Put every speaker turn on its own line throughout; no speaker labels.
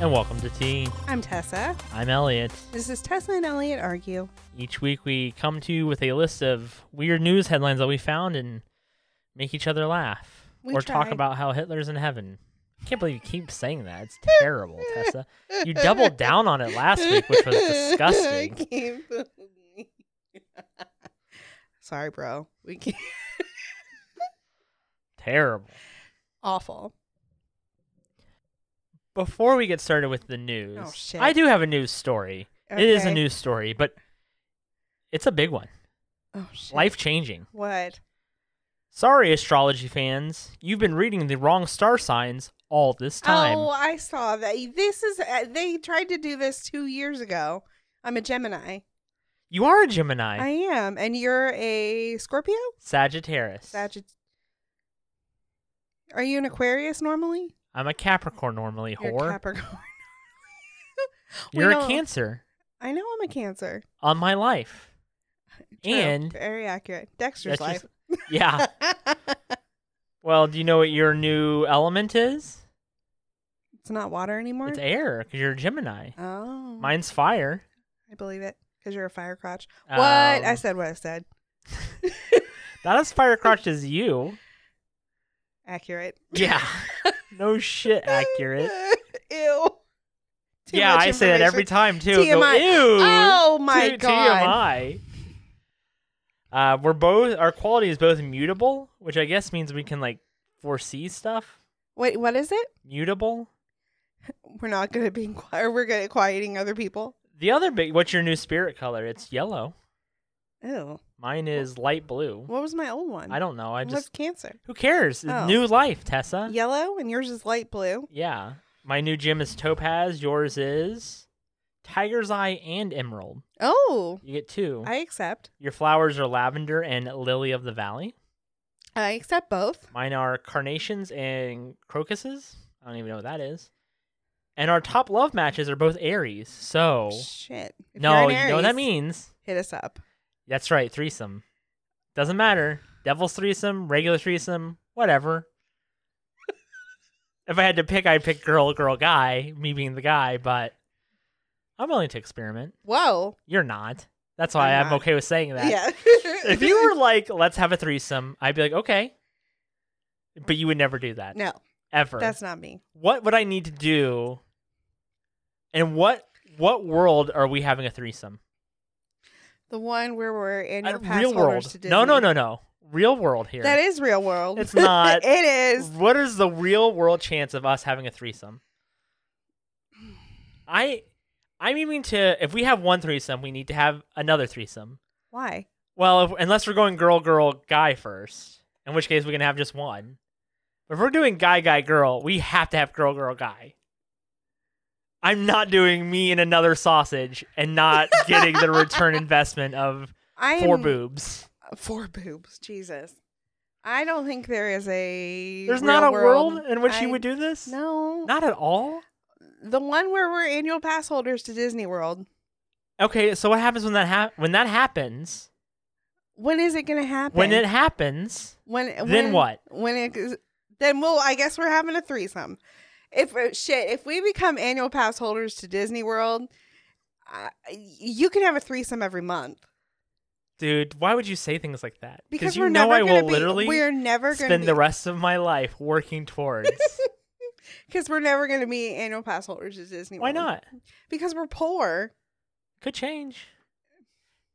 and welcome to Tea.
I'm Tessa.
I'm Elliot.
This is Tessa and Elliot Argue.
Each week we come to you with a list of weird news headlines that we found and make each other laugh
We
or talk
tried.
about how Hitler's in heaven. I can't believe you keep saying that. It's terrible, Tessa. You doubled down on it last week, which was
I
disgusting.
can't believe. Sorry, bro. We can't.
Terrible.
Awful.
Before we get started with the news,
Oh, shit.
I do have a news story. It is a
Okay.
news story, but it's a big one.
Oh shit.
Life changing.
What?
Sorry, astrology fans. You've been reading the wrong star signs all this time.
Oh, I saw that. This is. Uh, they tried to do this two years ago. I'm a Gemini.
You are a Gemini.
I am, and you're a Scorpio.
Sagittarius.
Sagitt. Are you an Aquarius normally?
I'm a Capricorn normally,
You're a
whore.
Capricorn. We
You're a
know-
Cancer
I know I'm a Cancer.
on my life.
True.
And
very accurate. Dexter's
that's
life.
just- yeah. Well, do you know what your new element is?
it's not water anymore.
It's air because you're a Gemini.
oh,
Mine's fire.
I believe it because you're a fire crotch. What I
Um,
said, what I said.
Not as fire crotch as you.
Accurate.
Yeah. no shit, accurate.
Ew. Too
yeah,
much
I say that every
information.
time too. I go,
TMI.
Ew.
Oh my
T-
god.
TMI. Uh, we're both our quality is both mutable, which I guess means we can like foresee stuff.
Wait, what is it?
Mutable.
We're not good at being quiet. We're good at quieting other people.
The other big. What's your new spirit color? It's yellow.
Ew.
Mine is light blue.
What was my old one?
I don't know. I
It was
just.
cancer.
Who cares? It's
Oh.
New life, Tessa.
Yellow and yours is light blue.
Yeah. My new gym is topaz. Yours is tiger's eye and emerald.
Oh,
You get two.
I accept.
Your flowers are lavender and lily of the valley.
I accept both.
Mine are carnations and crocuses. I don't even know what that is. And our top love matches are both Aries. So
Shit. If you're
Oh. no,
an
you know what that
Aries,
means.
Hit us up.
That's right, threesome. Doesn't matter. Devil's threesome, regular threesome, whatever. if I had to pick, I'd pick girl, girl, guy. Me being the guy, but I'm willing to experiment.
Whoa.
You're not. That's why
I'm
I'm
not.
okay with saying that.
Yeah.
If you were like, let's have a threesome, I'd be like, okay. But you would never do that.
No,
ever.
that's not me.
what would I need to do? And what what world are we having a threesome?
The one where we're in your
Uh,
pass
real
holders
world.
to Disney.
No, no, no, no. Real world here.
That is real world.
It's not.
it is.
What is the real world chance of us having a threesome? I I'm aiming to if we have one threesome, we need to have another threesome.
Why?
Well, if, unless we're going girl girl guy first, in which case we can have just one. But if we're doing guy guy girl, we have to have girl girl guy. I'm not doing me and another sausage and not getting the return investment of
I
four
am,
boobs.
Four boobs. Jesus. I don't think there is a.
There's
real
not a world, in which
I-
you would do this.
No.
Not at all.
the one where we're annual pass holders to Disney World.
Okay, so what happens when that ha- when that happens?
When is it going to happen?
When it happens,
When.
then
when-
what?
When it. is- Then we'll. I guess we're having a threesome. If uh, shit, if we become annual pass holders to Disney World, uh, you can have a threesome every month.
dude, why would you say things like that?
Because
you
we're
know
never
I
gonna
will
be,
literally
we're never gonna
spend the rest of my life working towards.
because we're never gonna be annual pass holders at Disney.
Why
World.
not?
Because we're poor.
Could change.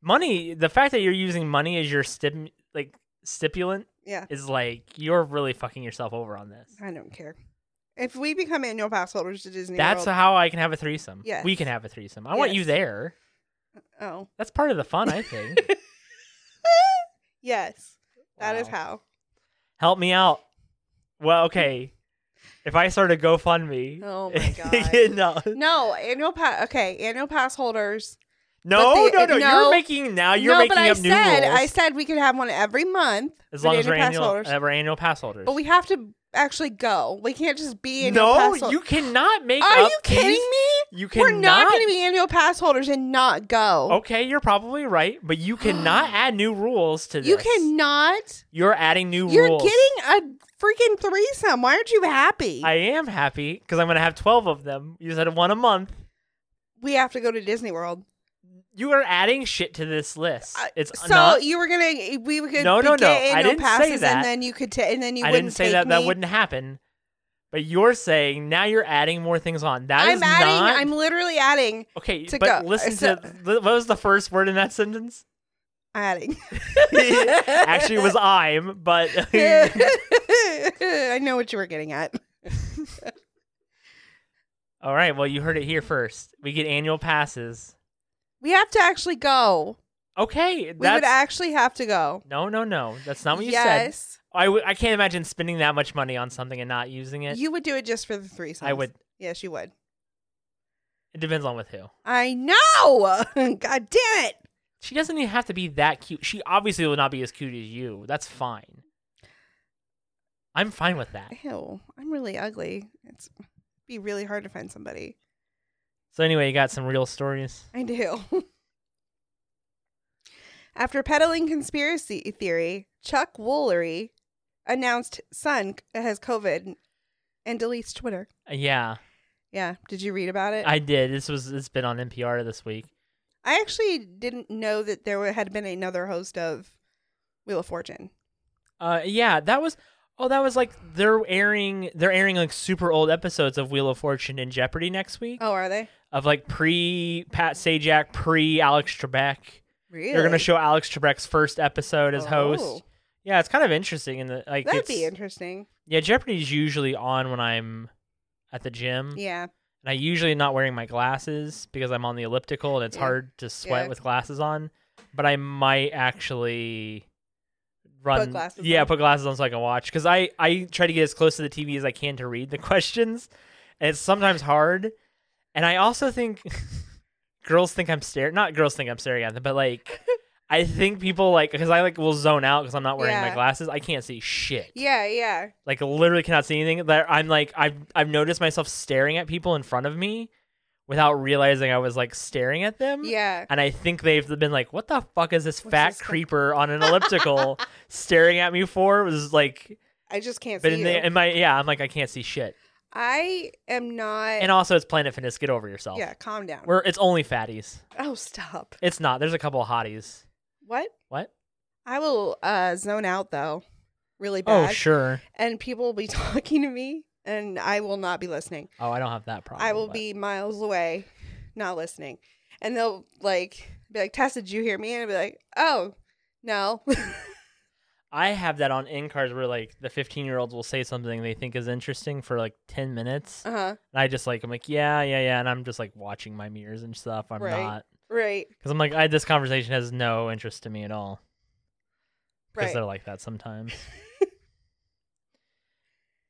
Money. The fact that you're using money as your stip, like stipulant,
Yeah,
is like you're really fucking yourself over on this.
I don't care. If we become annual pass holders to Disney
That's
World,
how I can have a threesome.
Yes.
we can have a threesome. I want you
Yes.
there.
oh
That's part of the fun, I think.
yes, that is
Wow.
how.
Help me out. Well, okay. If I start a GoFundMe,
Oh my God.
no.
No annual pass. Okay, annual pass holders
No,
the-
no, no, You're
no.
making now. Uh, You're
no,
making
but I
up new
said
rules.
I said we could have one every month.
as
for
long
the
as we're
annual pass
annual,
holders.
uh, we're annual pass holders.
But we have to actually go. We can't just be annual
no,
pass hol-
you cannot make.
Are
up
you Oh. kidding
these-
me?
You
We're
cannot.
not going to be annual pass holders and not go.
Okay, you're probably right, but you cannot add new rules to this.
you cannot.
You're adding new
You're
rules.
getting a freaking threesome. Why aren't you happy?
I am happy because I'm gonna have twelve of them. You said one a month.
we have to go to Disney World. you
You are adding shit to this list.
Uh,
It's
So
not.
you were gonna we could
No,
be
no, no.
gay
I
annual
didn't say
passes
that.
and then you could ta- and then you
I
wouldn't
didn't say
take
that that
me.
wouldn't happen, but you're saying now you're adding more things on. That
I'm
is
adding.
not
I'm literally adding.
okay.
to
but
go.
listen
So-
to what was the first word in that sentence?
Adding.
Actually, it was I'm, but
I know what you were getting at.
all right. Well, you heard it here first. We get annual passes.
We have to actually go.
Okay,
We would
that's
actually have to go.
no, no, no. That's not what you said.
yes,
I, w- I can't imagine spending that much money on something and not using it.
you would do it just for the threesome.
I would.
Yes, you would.
It depends on with who.
I know. God damn it.
She doesn't even have to be that cute. She obviously will not be as cute as you. That's fine. I'm fine with that.
Ew. I'm really ugly. It's be really hard to find somebody.
So anyway, you got some real stories.
I do. After peddling conspiracy theory, Chuck Woolery announced son has COVID and deletes Twitter.
Uh, Yeah,
Yeah, did you read about it?
I did. This was it's been on NPR this week.
I actually didn't know that there were- had been another host of Wheel of Fortune.
Uh, yeah, that was oh, that was like they're airing they're airing like super old episodes of Wheel of Fortune and Jeopardy next week
Oh, are they?
of like pre Pat Sajak, pre Alex Trebek.
Really?
They're gonna show Alex Trebek's first episode as host.
Oh,
Yeah, it's kind of interesting in the like.
That'd
it's-
be interesting.
Yeah, Jeopardy's usually on when I'm at the gym,
Yeah.
and I usually am not wearing my glasses because I'm on the elliptical and it's
Yeah.
hard to sweat
Yeah.
with glasses on. But I might actually run.
glasses
yeah,
on.
put glasses on so I can watch because I I try to get as close to the TV as I can to read the questions, and it's sometimes hard. And I also think girls think I'm staring. Not girls think I'm staring at them, but like. I think people like because I like will zone out because I'm not wearing my
Yeah.
glasses. I can't see shit
Yeah, yeah.
like literally cannot see anything. There, I'm like I've I've noticed myself staring at people in front of me without realizing I was like staring at them.
Yeah.
And I think they've been like, "What the fuck is this
What's
fat
this guy-
creeper on an elliptical staring at me for?" It was like,
I just can't
but in,
see you.
the, in my yeah, I'm like, I can't see shit.
I am not
And also, it's Planet Fitness. Get over yourself.
Yeah, calm down.
We're, it's only fatties.
oh, stop.
It's not. There's a couple of hotties.
What?
What?
I will uh zone out though. Really bad.
Oh sure.
And people will be talking to me and I will not be listening.
Oh, I don't have that problem.
I will
but-
be miles away, not listening. And they'll like be like, Tess, did you hear me? And I'll be like, Oh, no.
I have that on in cars where like the 15 year olds will say something they think is interesting for like 10 minutes.
uh-huh.
And I just like I'm like yeah yeah yeah, and I'm just like watching my mirrors and stuff. I'm
Right.
not
Right.
because I'm like I, this conversation has no interest to me at all because
Right.
they're like that sometimes.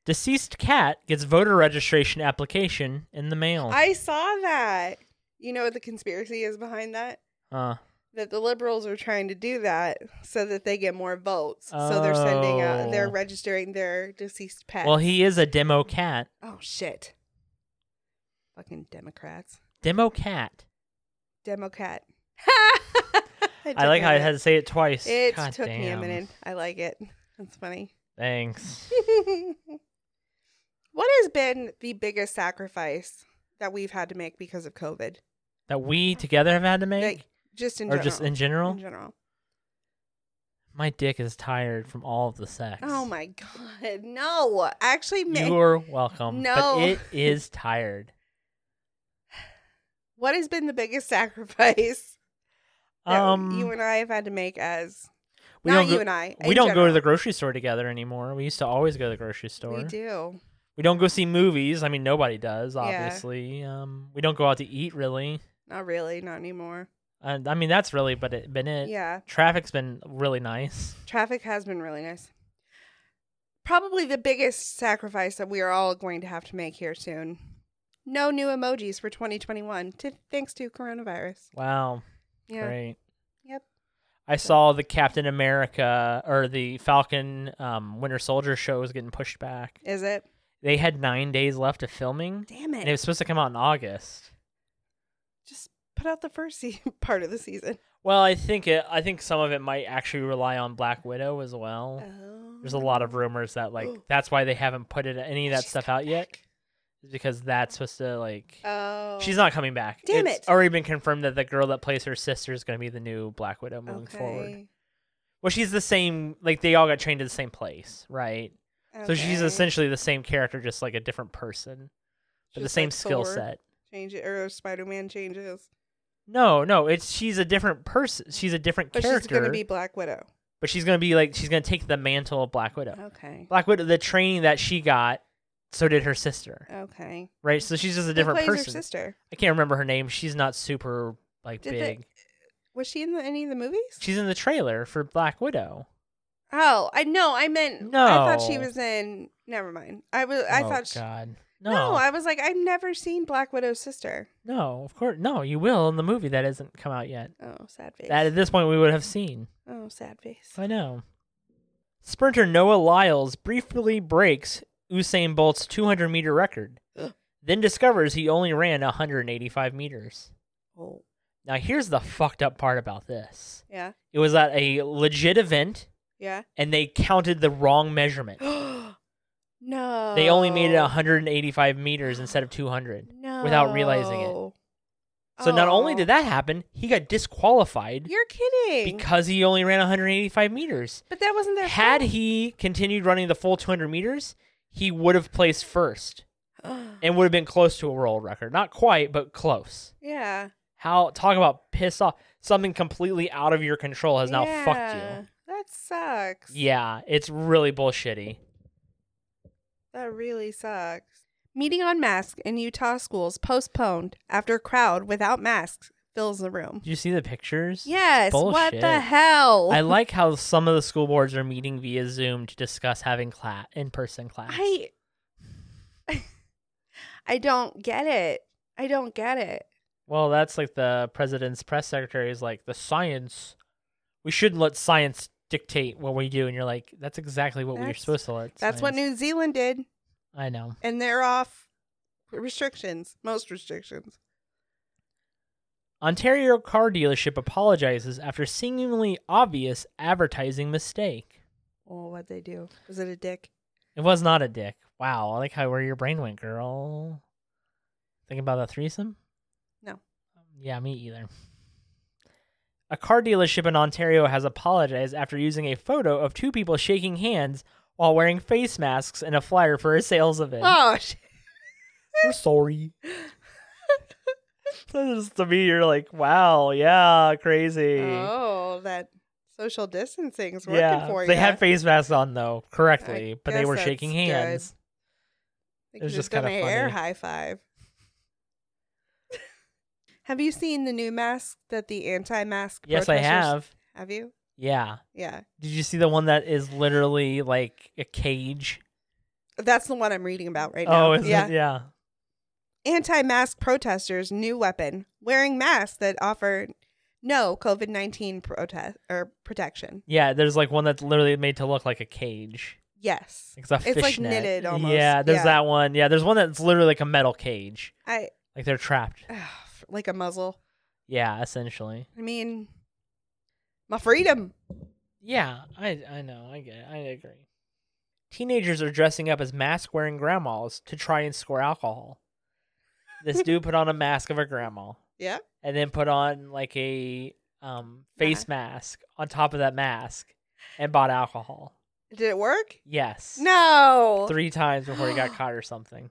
Deceased cat gets voter registration application in the mail.
I saw that. You know what the conspiracy is behind that?
uh,
That the liberals are trying to do that so that they get more votes. So they're sending out they're
Oh.
registering their deceased pets.
well, he is a demo cat.
Oh shit. Fucking Democrats.
Demo cat.
Democrat.
I like how I had to say it twice.
It
God
took me a
damn.
minute. I like it. That's funny.
Thanks.
what has been the biggest sacrifice that we've had to make because of COVID?
that we together have had to make,
Like, just in
or
general.
just in general.
In general.
My dick is tired from all of the sex.
Oh my god. No. Actually ma-
You're welcome.
No.
But it is tired.
what has been the biggest sacrifice that
Um,
you and I have had to make as
we
not
don't
you
go,
and I.
we
in
don't go to
general.
the grocery store together anymore. We used to always go to the grocery store.
We do.
We don't go see movies. I mean, nobody does,
Yeah.
obviously. Um, we don't go out to eat really.
Not really, not anymore.
And I mean, that's really but it been it.
Yeah.
Traffic's been really nice.
Traffic has been really nice. Probably the biggest sacrifice that we are all going to have to make here soon. No new emojis for 2021, to, thanks to coronavirus.
Wow.
Yeah.
Great.
Yep.
I saw the Captain America or the Falcon um, Winter Soldier show was getting pushed back.
Is it?
They had nine days left of filming,
Damn
and it
it.
was supposed to come out in August.
Just put out the first se- part of the season.
Well, I think it. I think some of it might actually rely on Black Widow as well.
Oh.
There's a lot of rumors that like that's why they haven't put it, any of that
She's
stuff
coming
out yet,
back.
is because that's supposed to like.
Oh.
She's not coming back.
Damn
it's
it.
already been confirmed that the girl that plays her sister is going to be the new Black Widow moving forward.
Okay.
Well, she's the same. Like they all got trained at the same place, right? So she's
Okay.
essentially the same character, just like a different person, but the
Just
same
like
skill
Thor
set.
Change it, or Spider Man changes.
No, no, it's she's a different person. She's a different
But
character,
she's going to be Black Widow.
but she's gonna be like she's gonna take the mantle of Black Widow.
Okay.
Black Widow, the training that she got, so did her sister,
Okay.
right? So she's just a
Who
different
plays
person.
her sister?
I can't remember her name. She's not super like
Did they-
big.
Was she in the, any of the movies?
She's in the trailer for Black Widow.
oh, I know. I meant. I thought she
No.
was in. Never mind. I was. I
oh,
thought. She,
God.
no.
No,
I was like, I've never seen Black Widow's sister.
no, of course, no. You will in the movie that hasn't come out yet.
Oh, sad face.
That at this point we would have seen.
oh, sad face.
I know. Sprinter Noah Lyles briefly breaks Usain Bolt's 200 meter record,
Ugh.
then discovers he only ran 185 meters.
Oh.
Now, here's the fucked up part about this
Yeah.
it was at a legit event,
Yeah.
and they counted the wrong measurement.
no.
They only made it
Oh.
185 meters instead of 200.
No.
without realizing it. So, not only did that happen, he got disqualified
Oh. You're kidding.
because he only ran 185 meters.
but that wasn't their
had he continued running the full 200 meters, he would have placed first
fault.
and would have been close to a world record. Not quite, but close.
yeah.
How talk about piss off? Something completely out of your control has now
Yeah.
fucked
That sucks.
you. Yeah, it's really bullshitty.
That really sucks. Meeting on mask in Utah schools postponed after crowd without masks fills the room.
Did you see the pictures?
Yes. What the
Bullshit.
hell?
I like how some of the school boards are meeting via Zoom to discuss having class in-person class.
I I don't get it. I don't get it.
Well, that's like the president's press secretary is like the science. We shouldn't let science dictate what we do, and you're like, that's exactly what we we're
That's-
supposed to let.
That's what
science-
New Zealand did,
I know.
and they're off restrictions, most restrictions.
Ontario car dealership apologizes after seemingly obvious advertising mistake.
Oh, what they do? Was it a dick?
It was not a dick. Wow, I like how where your brain went, girl. Think about that threesome?
No.
Yeah, me either. A car dealership in Ontario has apologized after using a photo of two people shaking hands while wearing face masks and a flyer for a sales event.
Oh, sh-
We're sorry. so just to me, you're like, wow, yeah, crazy.
oh, that social distancing's working
yeah,
for you.
they had face masks on though, correctly,
I
but they
guess
were
that's
shaking
good.
hands.
They
It was
could've
just
done
kinda
a air
funny.
high five. have you seen the new mask that the anti-mask?
Yes, I
protesters-
have.
Have you?
Yeah.
Yeah,
Did you see the one that is literally like a cage?
that's the one I'm reading about right now.
oh, is
yeah.
it? Yeah.
Anti-mask protesters' new weapon: wearing masks that offer no COVID nineteen protest or protection.
Yeah, there's like one that's literally made to look like a cage.
Yes,
It's a
It's, like,
fishnet.
knitted almost.
Yeah, there's
Yeah.
that one. Yeah, there's one that's literally like a metal cage.
I
Like they're trapped.
ugh, like a muzzle.
Yeah, essentially.
I mean, my freedom.
Yeah, I I know. I get it. I agree. Teenagers are dressing up as mask wearing grandmas to try and score alcohol. This dude put on a mask of a grandma.
Yeah.
and then put on like a um, face mask on top of that mask and bought alcohol.
Did it work?
Yes.
No.
Three times before he got caught or something.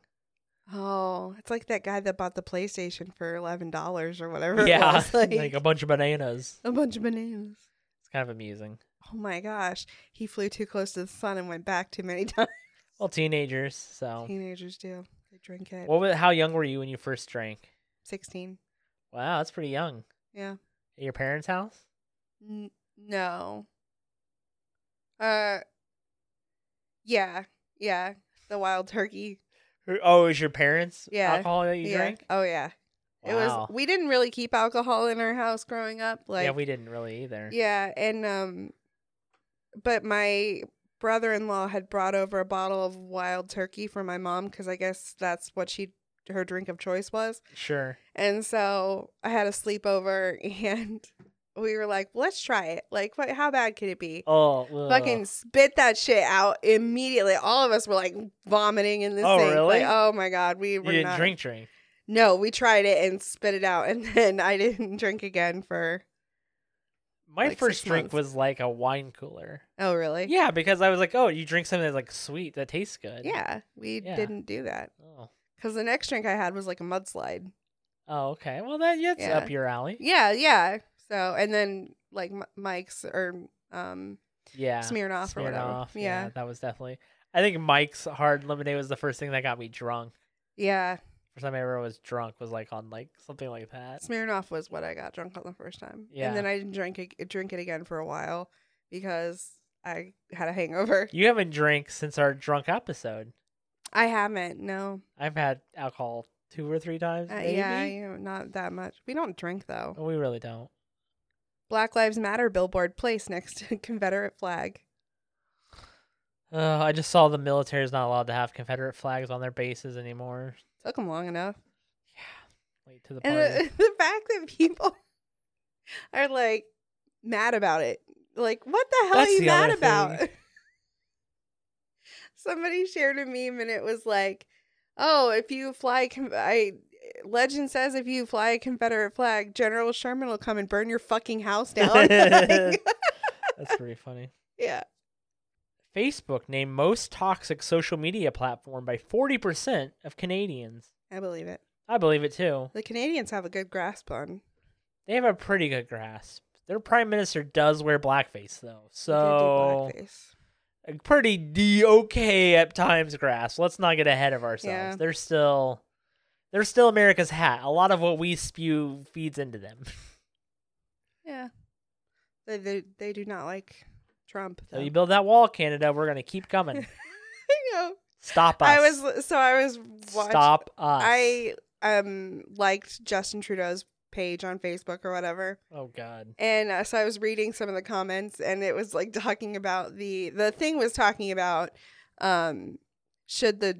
Oh, it's like that guy that bought the PlayStation for eleven dollars or whatever. it
yeah.
was.
Like,
like,
a bunch of bananas.
a bunch of bananas.
It's kind of amusing.
Oh my gosh, he flew too close to the sun and went back too many times.
Well, teenagers. So,
Teenagers do. They drink it.
what? wa- How young were you when you first drank?
Sixteen.
Wow, that's pretty young.
Yeah.
At your parents' house?
N- no. Uh. Yeah. Yeah. The wild turkey.
Or- Oh, it was your parents'
Yeah,
alcohol that you
yeah.
drank?
Oh yeah. It
Wow.
was we didn't really keep alcohol in our house growing up. Like
yeah, we didn't really either.
Yeah, and um but my brother-in-law had brought over a bottle of wild turkey for my mom cuz I guess that's what she her drink of choice was.
Sure.
And so I had a sleepover and we were like, "Let's try it. Like what how bad could it be?"
Oh,
Fucking
ugh.
spit that shit out immediately. All of us were like vomiting in this
Oh,
thing.
really?
Like, oh my god, we
You
were
didn't
not
drink, drink.
No, we tried it and spit it out and then I didn't drink again for
My
Like
first
six
drink
months.
was like a wine cooler.
Oh, really?
Yeah, because I was like, oh, you drink something that's like sweet that tastes good.
Yeah, we
Yeah.
didn't do that
Oh,
because the next drink I had was like a mudslide.
oh okay. Well, that that's
Yeah.
up your alley.
Yeah, yeah. So and then like M- Mike's or um
Yeah.
Smirnoff, or whatever.
Smirnoff,
Yeah.
that was definitely. I think Mike's hard lemonade was the first thing that got me drunk.
yeah,
First time I ever was drunk was like on like something like that.
Smirnoff was what I got drunk on the first time.
Yeah.
and then I didn't drink it, drink it again for a while because I had a hangover.
You haven't drank since our drunk episode.
I haven't. No.
I've had alcohol two or three times.
Uh,
maybe.
yeah, you know, not that much. We don't drink though.
We really don't.
Black Lives Matter billboard placed next to Confederate flag.
Uh, I just saw the military is not allowed to have Confederate flags on their bases anymore.
Took them long enough.
Yeah, late to the
And
party.
uh, the fact that people are like mad about it. Like, what the hell
That's
are you
the
mad
other
about? Somebody shared a meme and it was like, oh, if you fly, con- I legend says if you fly a Confederate flag, General Sherman will come and burn your fucking house down. Like,
That's pretty funny.
yeah.
Facebook named most toxic social media platform by 40% of Canadians.
I believe it.
I believe it too.
The Canadians have a good grasp on.
They have a pretty good grasp. Their prime minister does wear blackface though.
they do
So
blackface.
a pretty D okay at times grasp. Let's not get ahead of ourselves.
Yeah.
They're still they're still America's hat. A lot of what we spew feeds into them.
Yeah. They, they, they do not like Trump.
So
though.
you build that wall, Canada, we're gonna keep coming.
I know.
Stop us.
I was so I was watching.
Stop us.
I um liked Justin Trudeau's page on Facebook or whatever,
Oh god.
and uh, so I was reading some of the comments, and it was like talking about the the thing was talking about um should the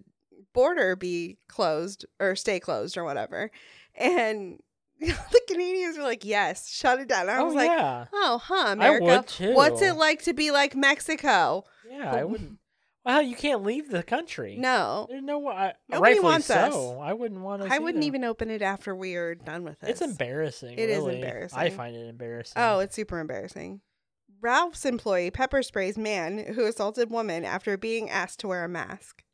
border be closed or stay closed or whatever, and the Canadians were like yes, shut it down. I
oh
was like.
yeah.
Oh, huh,
I
America.
would too.
What's it like to be like Mexico?
Yeah, I wouldn't. Well, you can't leave the country.
No,
there's no. I,
Nobody
rightfully
wants
so.
us.
I wouldn't want to.
I wouldn't even open it after we are done with this.
It's embarrassing.
It is
really. I
embarrassing.
find it embarrassing.
Oh, it's super embarrassing. Ralph's employee pepper sprays man who assaulted woman after being asked to wear a mask.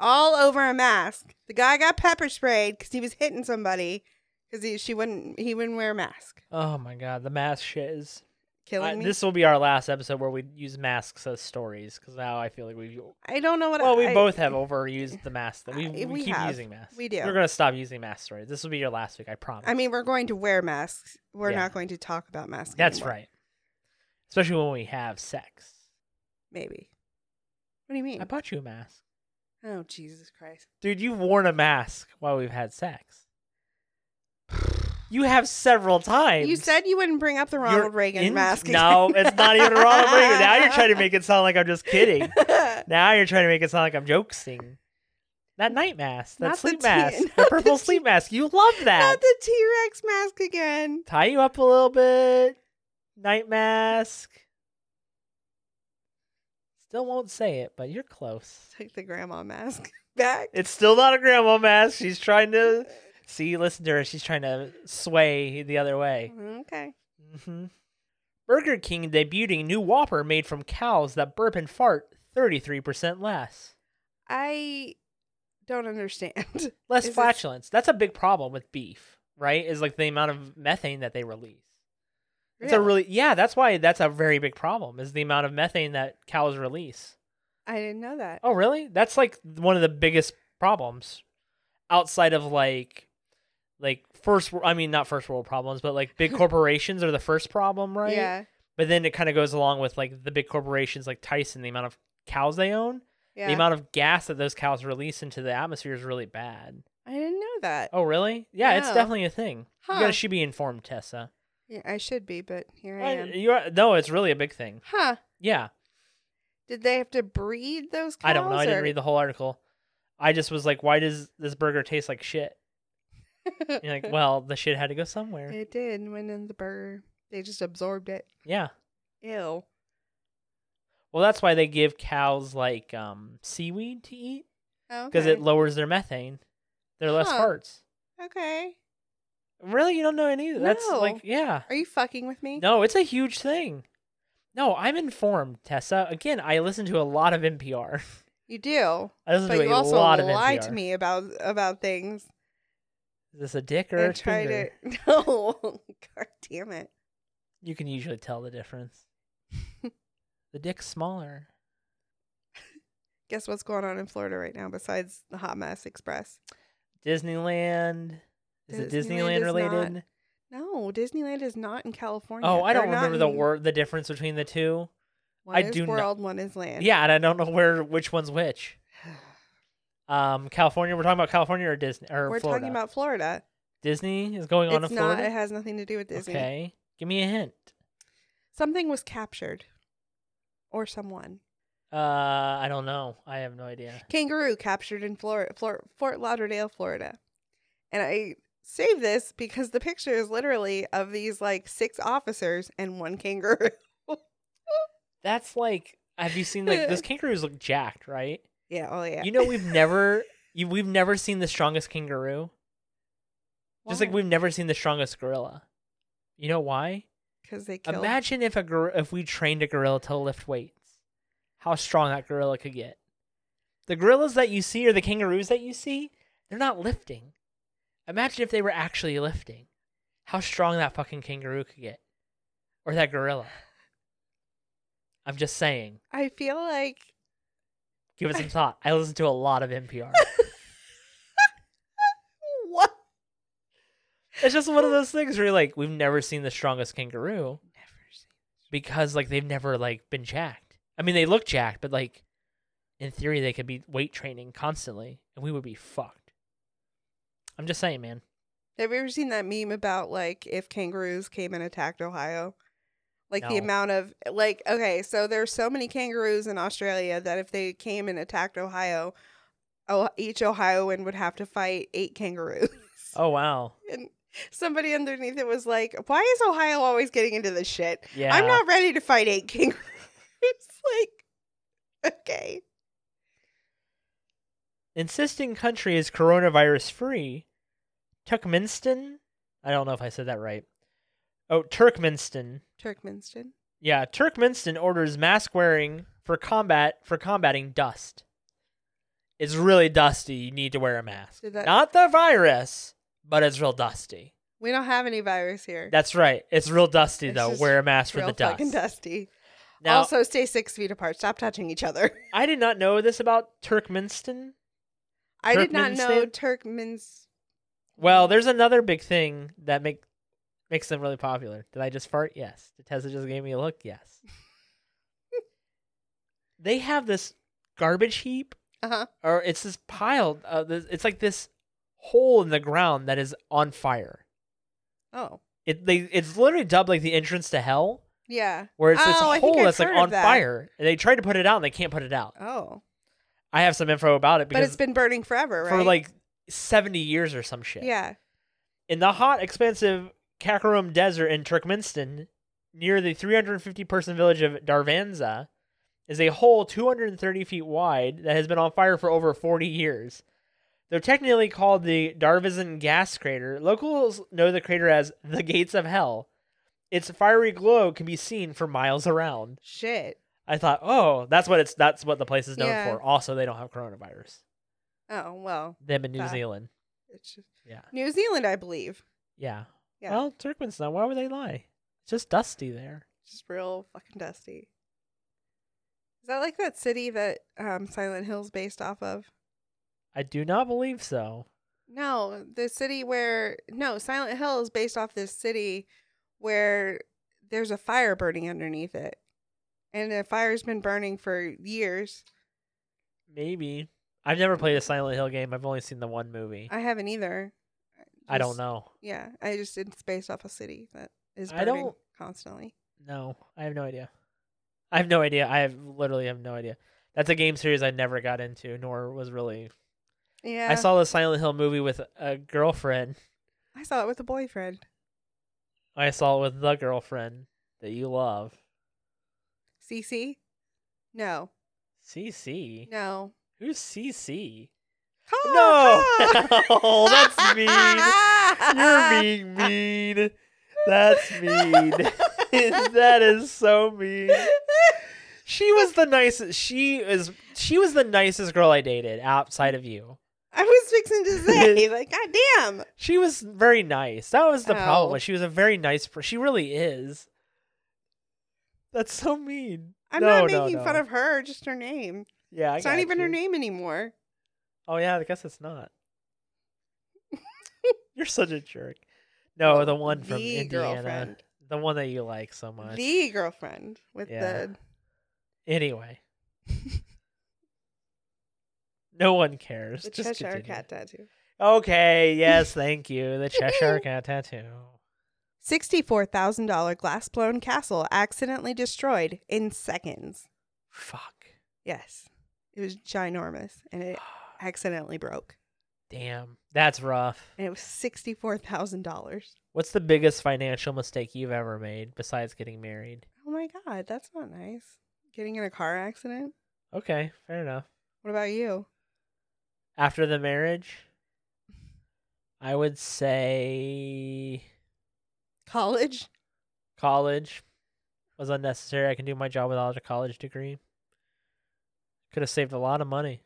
All over a mask. The guy got pepper sprayed because he was hitting somebody because he she wouldn't he wouldn't wear a mask.
Oh my god, the mask shit is.
Killing
I-
me.
Uh, this will be our last episode where we use masks as stories because now I feel like we.
I don't know what.
Well, we
I-
both have overused the mask. That we
I-
we,
we
keep
have.
using masks.
We do.
We're gonna stop using mask stories. This will be your last week. I promise.
I mean, we're going to wear masks. We're
Yeah.
not going to talk about masks.
that's
anymore.
right. Especially when we have sex.
Maybe. What do you mean?
I bought you a mask,
oh Jesus Christ!
dude. You've worn a mask while we've had sex. You have several times.
You said you wouldn't bring up the
You're
Ronald Reagan
in-
mask.
No, it's not even Ronald Reagan. Now you're trying to make it sound like I'm just kidding.
again.
Now you're trying to make it sound like I'm joking. That night mask, that
Not the
sleep
tea-
mask,
not
the
the
purple
tea-
sleep mask. You love that.
Not the T Rex mask again.
Tie you up a little bit. Night mask. Still won't say it, but you're close.
Take the grandma mask back.
It's still not a grandma mask. She's trying to see, listen to her. She's trying to sway the other way.
Okay.
hmm Burger King debuting new Whopper made from cows that burp and fart 33% less.
I don't understand.
Less
Is it-
flatulence. That's a big problem with beef, right? Is like the amount of methane that they release. It's a really yeah, that's why that's a very big problem is the amount of methane that cows release.
I didn't know that.
Oh, really? That's like one of the biggest problems outside of like like first wor- I mean not first world problems, but like big corporations are the first problem, right?
Yeah.
But then it kind of goes along with like the big corporations like Tyson, the amount of cows they own,
Yeah.
the amount of gas that those cows release into the atmosphere is really bad.
I didn't know that.
Oh, really? Yeah, it's
No.
definitely a thing. You
Huh.
guys should be informed, Tessa.
Yeah, I should be, but here I
Uh,
am.
you are, no, it's really a big thing.
Huh.
Yeah,
Did they have to breed those cows?
I don't know. I didn't
or-
read the whole article. I just was like, why does this burger taste like shit? And you're like, well, the shit had to go somewhere.
It did. and Went in the burger. They just absorbed it.
Yeah.
Ew.
Well, that's why they give cows like um, seaweed to eat because
okay.
it lowers their methane. They're less
Huh.
farts.
okay.
Really, you don't know any of That's like,
No.
yeah.
Are you fucking with me?
No, it's a huge thing. No, I'm informed, Tessa. Again, I listen to a lot of NPR.
You do.
I listen
But
to
you
a
also
lot of
lie
NPR.
to me about about things.
Is this a dick or
And
a
try
finger?
to No. God damn it.
You can usually tell the difference. the dick's smaller.
Guess what's going on in Florida right now besides the Hot Mess Express?
Disneyland. Is it
Disneyland
Disneyland
is
related?
No, Disneyland is not in California.
Oh, I
They're
don't
not
remember the
in-
word, the difference between the two.
One
I
is
do not-
world, one is land.
Yeah, and I don't know where which one's which. Um, California. We're talking about California or Disney or
We're
Florida.
talking about Florida.
Disney is going on
it's
in
not.
Florida.
It has nothing to do with Disney.
Okay, give me a hint.
Something was captured, or someone.
Uh, I don't know. I have no idea.
Kangaroo captured in Florida, Flor- Fort Lauderdale, Florida. And I save this because the picture is literally of these like six officers and one kangaroo.
That's like, have you seen like those kangaroos look jacked, right?
yeah. Oh yeah.
You know, we've never, you, we've never seen the strongest kangaroo. Just like we've never seen the strongest gorilla. You know why?
because they killed.
Imagine if a gor- if we trained a gorilla to lift weights, how strong that gorilla could get. The gorillas that you see or the kangaroos that you see, they're not lifting. Imagine if they were actually lifting, how strong that fucking kangaroo could get, or that gorilla. I'm just saying.
I feel like
Give it some thought. I listen to a lot of NPR.
what?
It's just one of those things where you're like, we've never seen the strongest kangaroo
Never seen.
because like they've never like been jacked. I mean, they look jacked, but like in theory, they could be weight training constantly, and we would be fucked. I'm just saying, man.
Have you ever seen that meme about like if kangaroos came and attacked Ohio? Like the
No.
amount of like okay, so there's so many kangaroos in Australia that if they came and attacked Ohio, oh, each Ohioan would have to fight eight kangaroos.
Oh wow,
and somebody underneath it was like, "Why is Ohio always getting into this shit?
yeah.
I'm not ready to fight eight kangaroos." like, okay,
insisting country is coronavirus free. Turkmenistan. I don't know if I said that right. Oh, Turkmenistan.
Turkmenistan.
Yeah, Turkmenistan orders mask wearing for combat for combating dust. It's really dusty. You need to wear a mask.
Did that-
Not the virus, but it's real dusty.
We don't have any virus here.
That's right. It's real dusty
It's
though.
just
Wear a mask for the
Real fucking
dust.
dusty.
Now,
also, stay six feet apart. Stop touching each other.
I did not know this about Turkmenistan.
I did not know Turkmen's.
Well, there's another big thing that make makes them really popular. Did I just fart? Yes. Did Tessa just gave me a look? Yes. they have this garbage heap
Uh huh.
or it's this pile. Uh, this, it's like this hole in the ground that is on fire.
Oh,
It they it's literally dubbed like the entrance to hell,
yeah.
where it's
Oh, I
this
think
hole
I've
that's like
heard of
on
that.
fire. And they tried to put it out and they can't put it out.
Oh,
I have some info about it
but it's
because
been burning forever, right?
for like seventy years or some shit.
yeah.
In the hot, expansive Kakarum Desert in Turkmenistan, near the 350 person village of Darvanza, is a hole 230 feet wide that has been on fire for over 40 years. Though technically called the Darvazan Gas Crater, locals know the crater as the Gates of Hell. Its fiery glow can be seen for miles around.
Shit.
I thought, oh, that's what it's that's what the place is known
Yeah.
for. Also, they don't have coronavirus.
Oh well.
Them in New
Fuck.
Zealand.
It's just...
Yeah.
New Zealand, I believe.
Yeah.
Yeah.
Well, Turkmenistan, why would they lie? It's just dusty there.
Just real fucking dusty. Is that like that city that um, Silent Hill's based off of?
I do not believe so.
No, the city where no Silent Hill is based off this city where there's a fire burning underneath it, and the fire's been burning for years.
Maybe. I've never played a Silent Hill game. I've only seen the one movie.
I haven't either.
I don't
Just-
know.
Yeah, I just it's based off a city that is
I
burning
don't-
constantly.
No, I have no idea. I have no idea. I have literally have no idea. That's a game series I never got into, nor was really.
Yeah,
I saw the Silent Hill movie with a girlfriend.
I saw it with a boyfriend.
I saw it with the girlfriend that you love,
CC. No,
CC.
no.
Who's CC?
Call,
No,
call.
No, that's mean. You're being mean. That's mean. that is so mean. She was the nicest. She is. She was the nicest girl I dated outside of you.
I was fixing to say, like, God damn.
She was very nice. That was the problem.
Oh.
was She was a very nice. Per- she really is. That's so mean.
I'm
No,
not
no,
making fun
no.
of her, just her name.
Yeah, I
it's not
got
even
you.
her name anymore.
Oh yeah, I guess it's not. You're such a jerk. No, the one from
the
Indiana,
girlfriend.
the one that you like so much.
The girlfriend with
Yeah.
the
Anyway. no one cares.
the
Just
Cheshire
continue.
cat tattoo.
Okay, yes, thank you. The Cheshire Cat tattoo.
$64,000 glass blown castle accidentally destroyed in seconds.
Fuck.
Yes. It was ginormous and it accidentally broke.
Damn. That's rough.
And it was $64,000.
What's the biggest financial mistake you've ever made besides getting married?
Oh my God, that's not nice. Getting in a car accident?
Okay, fair enough.
What about you?
After the marriage, I would say
College?
college was unnecessary. I can do my job without a college degree. Could have saved a lot of money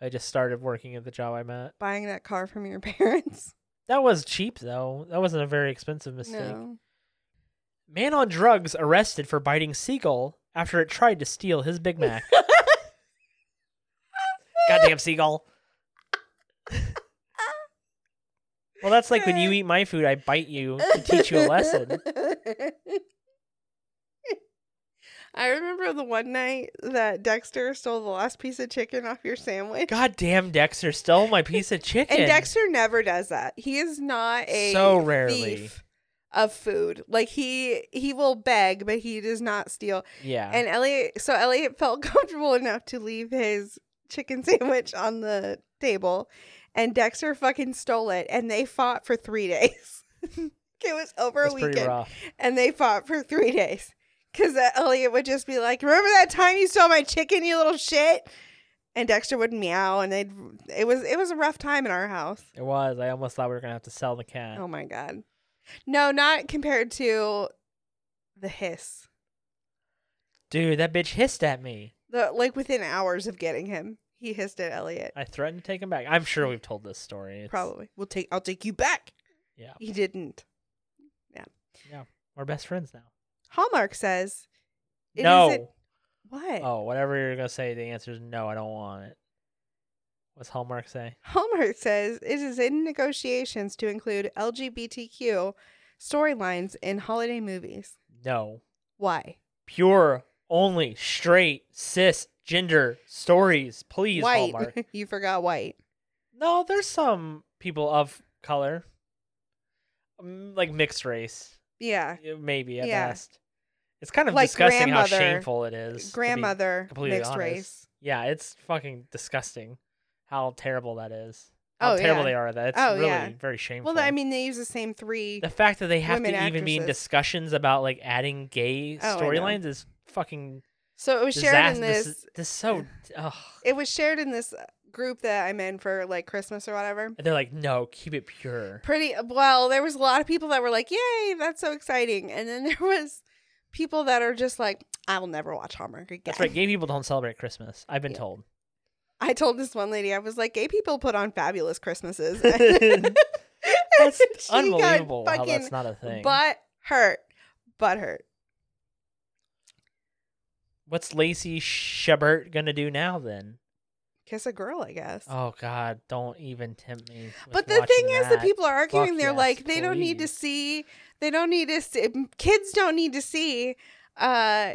if I just started working at the job I'm at.
Buying that car from your parents?
That was cheap though. That wasn't a very expensive mistake.
No.
Man on drugs arrested for biting seagull after it tried to steal his Big Mac. Goddamn seagull. well, that's like when you eat my food, I bite you to teach you a lesson.
I remember the one night that Dexter stole the last piece of chicken off your sandwich.
Goddamn Dexter stole my piece of chicken.
And Dexter never does that. He is not a
So rarely.
thief of food. Like he he will beg, but he does not steal.
Yeah.
And Elliot, so Elliot felt comfortable enough to leave his chicken sandwich on the table, and Dexter fucking stole it, and they fought for three days. it was over
That's
a
pretty
weekend,
rough.
and they fought for three days. Because Elliot would just be like, "Remember that time you stole my chicken, you little shit." And Dexter would meow, and they'd. It was it was a rough time in our house.
It was. I almost thought we were gonna have to sell the cat.
Oh my god. No, not compared to the hiss.
Dude, that bitch hissed at me.
The like within hours of getting him, he hissed at Elliot.
I threatened to take him back. I'm sure we've told this story. It's-
Probably. We'll take I'll take you back.
Yeah.
He didn't.
We're best friends now.
Hallmark says it is
no.
a- what?
Oh, whatever you're gonna say, the answer is no. I don't want it. What's Hallmark say?
Hallmark says it is in negotiations to include LGBTQ storylines in holiday movies.
No.
Why?
Pure, only, straight, cis, gender stories, please,
white.
Hallmark.
you forgot white.
No, there's some people of color, Mm, like mixed race,
Yeah.
Yeah, maybe at
Uh, Yeah.
best. It's kind of
Like
disgusting how
grandmother-
shameful it is. to be-
Grandmother
completely
mixed
honest.
race.
yeah, it's fucking disgusting how terrible that is. How
Oh,
terrible
yeah.
they are at that. It's
Oh,
really
yeah.
very shameful.
Well, I mean they use the same three
the fact that they have to
women
even be in
actresses.
discussions about like adding gay
Oh, I know.
storylines is fucking
So it was shared
disaster.
in
This,
this.
is- this is so. Ugh.
It was shared in this uh, group that I'm in for like Christmas or whatever.
And they're like, no, keep it pure.
Pretty well. There was a lot of people that were like, "Yay, that's so exciting!" And then there was people that are just like, "I'll never watch Hallmark again."
That's right. Gay people don't celebrate Christmas. I've been
Yeah.
told.
I told this one lady, I was like, "Gay people put on fabulous Christmases."
That's
She got
unbelievable how
fucking
that's not a thing.
Butt hurt. Butt hurt.
What's Lacey Shebert gonna do now then?
Kiss a girl, I guess.
Oh God, don't even tempt me. with
But the
watching
thing is, the
that.
people are arguing.
Fuck
they're
yes,
like, they don't need to
please.
see. They don't need to see. Kids don't need to see uh,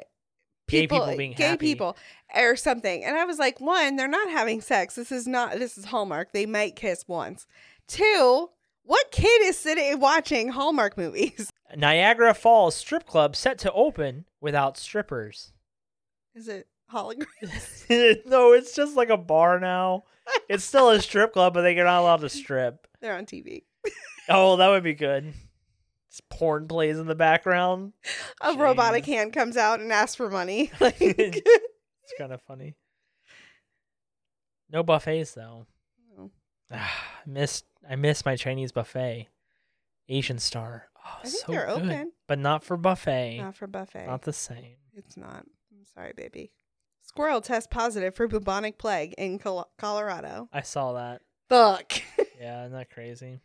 Gay people being
gay
happy.
people or something. And I was like, one, they're not having sex. This is not this is Hallmark. They might kiss once. Two, what kid is sitting and watching Hallmark movies?
Niagara Falls strip club set to open without strippers.
Is it hologram?
no, it's just like a bar now. It's still a strip club, but they're not allowed to strip.
They're on TV.
Oh, that would be good. It's porn plays in the background.
A
Jeez.
robotic hand comes out and asks for money. Like
It's kind of funny. No buffets though. Ah,
No.
I missed I missed my Chinese buffet. Asian Star. Oh,
I think
so
they're
good.
open.
But not for buffet.
Not for buffet.
Not the same.
It's not. I'm sorry, baby. Squirrel test positive for bubonic plague in Col- Colorado.
I saw that.
Fuck.
Yeah, isn't that crazy?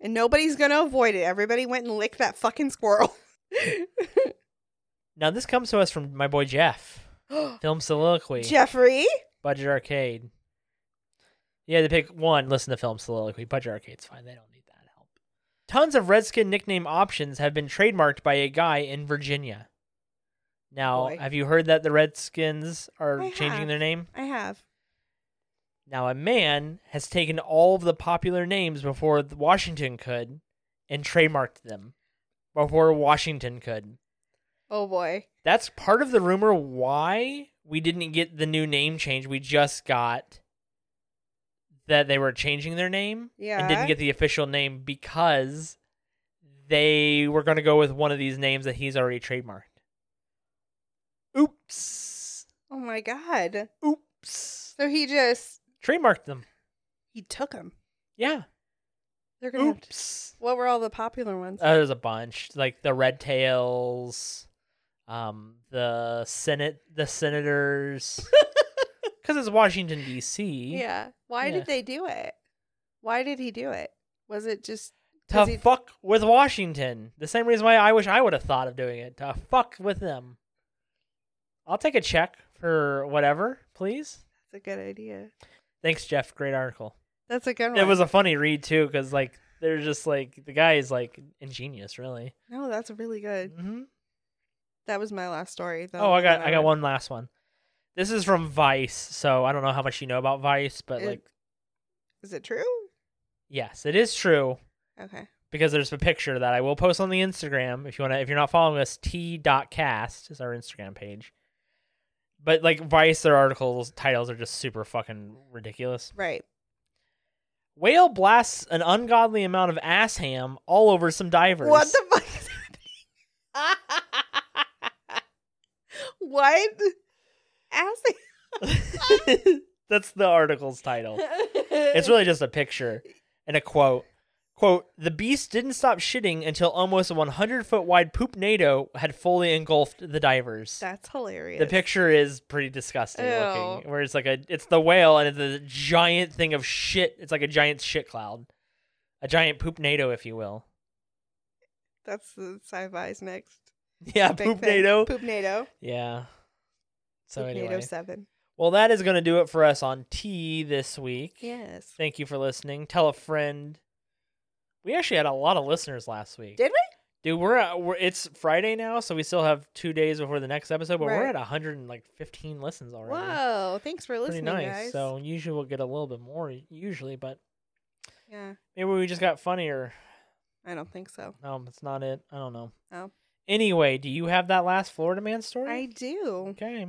And nobody's going to avoid it. Everybody went and licked that fucking squirrel.
Now this comes to us from my boy Jeff. Film soliloquy.
Jeffrey?
Budget Arcade. You had to pick one, listen to film soliloquy. Budget Arcade's fine. They don't need that help. Tons of Redskin nickname options have been trademarked by a guy in Virginia. Now,
Boy.
have you heard that the Redskins are
I
changing
have.
their name?
I have.
Now, a man has taken all of the popular names before th- Washington could and trademarked them before Washington could.
Oh boy.
That's part of the rumor why we didn't get the new name change. We just got that they were changing their name and
Yeah.
didn't get the official name because they were going to go with one of these names that he's already trademarked. Oops.
Oh my god.
Oops.
So he just
Trademarked them.
he took him.
Yeah.
They're gonna. Have to-
Oops.
what were all the popular ones?
Uh, there's a bunch like the Red Tails, um, the Senate, the Senators, because it's Washington D.C.
yeah. Why
yeah.
did they do it? Why did he do it? Was it just?
to
'Cause he-
fuck with Washington. The same reason why I wish I would have thought of doing it. To fuck with them. I'll take a check for whatever, please.
That's a good idea.
Thanks, Jeff. Great article.
That's a good one.
It was a funny read too, because like they're just like the guy is like ingenious, really.
no. That's really good.
Mm-hmm.
That was my last story though.
Oh, I got
that
I got
read.
one last one. This is from Vice, so I don't know how much you know about Vice, but
It-
like
Is it true?
yes, it is true
Okay.
because there's a picture that I will post on the Instagram if you want to if you're not following us t.cast is our Instagram page. But like Vice their articles titles are just super fucking ridiculous.
Right.
Whale blasts an ungodly amount of ass ham all over some divers.
What the fuck is happening? what? Ass.
That's the article's title. It's really just a picture and a quote. Quote, the beast didn't stop shitting until almost a 100 foot wide poop NATO had fully engulfed the divers.
That's hilarious.
the picture is pretty disgusting
Ew.
looking, where it's like a, it's the whale and it's a giant thing of shit. It's like a giant shit cloud, a giant poop NATO, if you will.
That's the sci-fi's next.
Yeah,
big
poop
thing.
NATO.
Poop NATO.
Yeah. So
Poop NATO
anyway,
seven.
well, that is going to do it for us on T this week.
Yes.
Thank you for listening. Tell a friend. We actually had a lot of listeners last week.
Did
we? Dude, we're, at, we're it's Friday now, so we still have two days before the next episode, but we're
Right.
at 115 listens already.
Whoa! Thanks for
Pretty
listening,
nice.
guys.
So usually we'll get a little bit more usually, but
Yeah,
maybe we just got funnier.
I don't think so.
No, that's not it. I don't know.
Oh.
Anyway, do you have that last Florida man story?
I do.
Okay.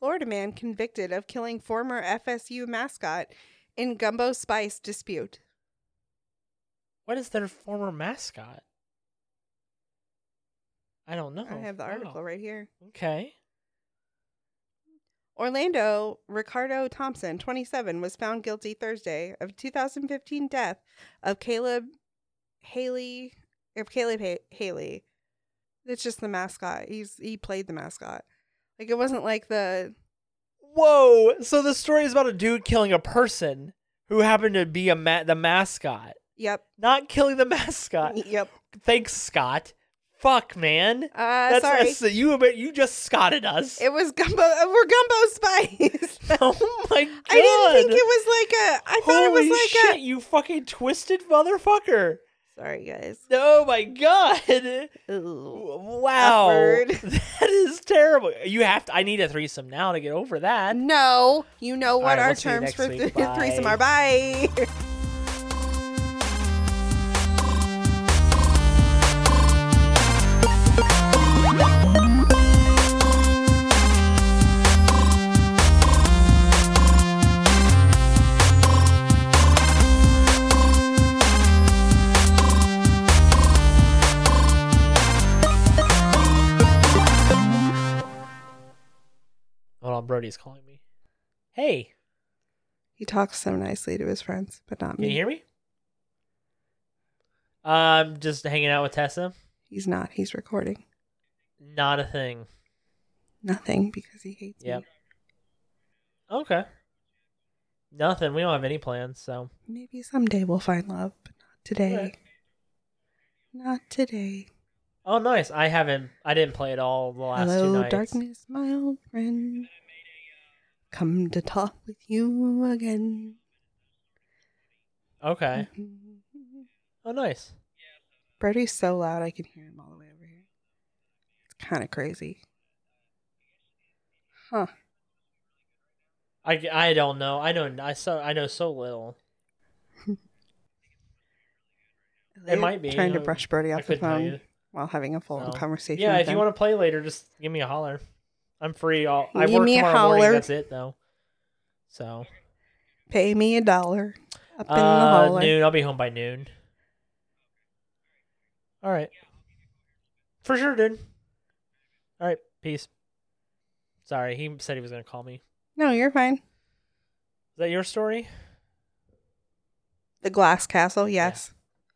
Florida man convicted of killing former FSU mascot in gumbo spice dispute.
What is their former mascot? I don't know.
I have the
Oh, Wow.
article right here.
Okay.
Orlando Ricardo Thompson, 27, was found guilty Thursday of 2015 death of Caleb Haley. Of Caleb ha- Haley, it's just the mascot. He's he played the mascot. Like it wasn't like the
Whoa! So the story is about a dude killing a person who happened to be a ma- the mascot,
yep
not killing the mascot.
yep.
Thanks, Scott. Fuck, man.
Uh,
That's,
sorry,
that's you. a bit- You just scotted us.
It was gumbo. uh, We're gumbo spice.
oh my god!
I didn't think it was like a. I thought
Holy
it was like
shit! You fucking twisted motherfucker.
a. Sorry, guys.
Oh my god!
Ooh.
Wow,
Awkward.
that is terrible. You have to. I need a threesome now to get over that.
No, you know
All right,
what our
we'll see you
terms
next
for
week.
th- threesome
Bye.
are. Bye.
Hold on, Brody's calling me. Hey,
He talks so nicely to his friends, but not
can you
me.
hear me? Um, just hanging out with Tessa.
He's not. He's recording
Not a thing.
nothing because he hates
Yep. Okay. Nothing. We don't have any plans, so
me. Maybe someday we'll find love, but not today.
Alright.
Not today.
Oh, nice. I haven't. I didn't play at all the last two
Hello,
nights.
darkness, my old friend. Come to talk with you again.
Okay. Oh, nice.
Brody's so loud I can hear him all the way over here. It's kind of crazy. Huh.
I, I don't know. I know. I so I know so little.
Elliot
might be,
Trying to
um,
brush Brody
I
off the
couldn't tell you.
phone while having a full
So,
conversation.
Yeah,
with
if you
him.
want to play later, just give me a holler. I'm free. All I
Give
work
me a
tomorrow morning.
holler.
That's it though. So
Pay me a dollar. Up in the
uh,
holler.
noon. I'll be home by noon. All right. For sure, dude. All right. Peace. Sorry, he said he was gonna call me. Is
No, you're fine.
that your story?
The glass castle, yes.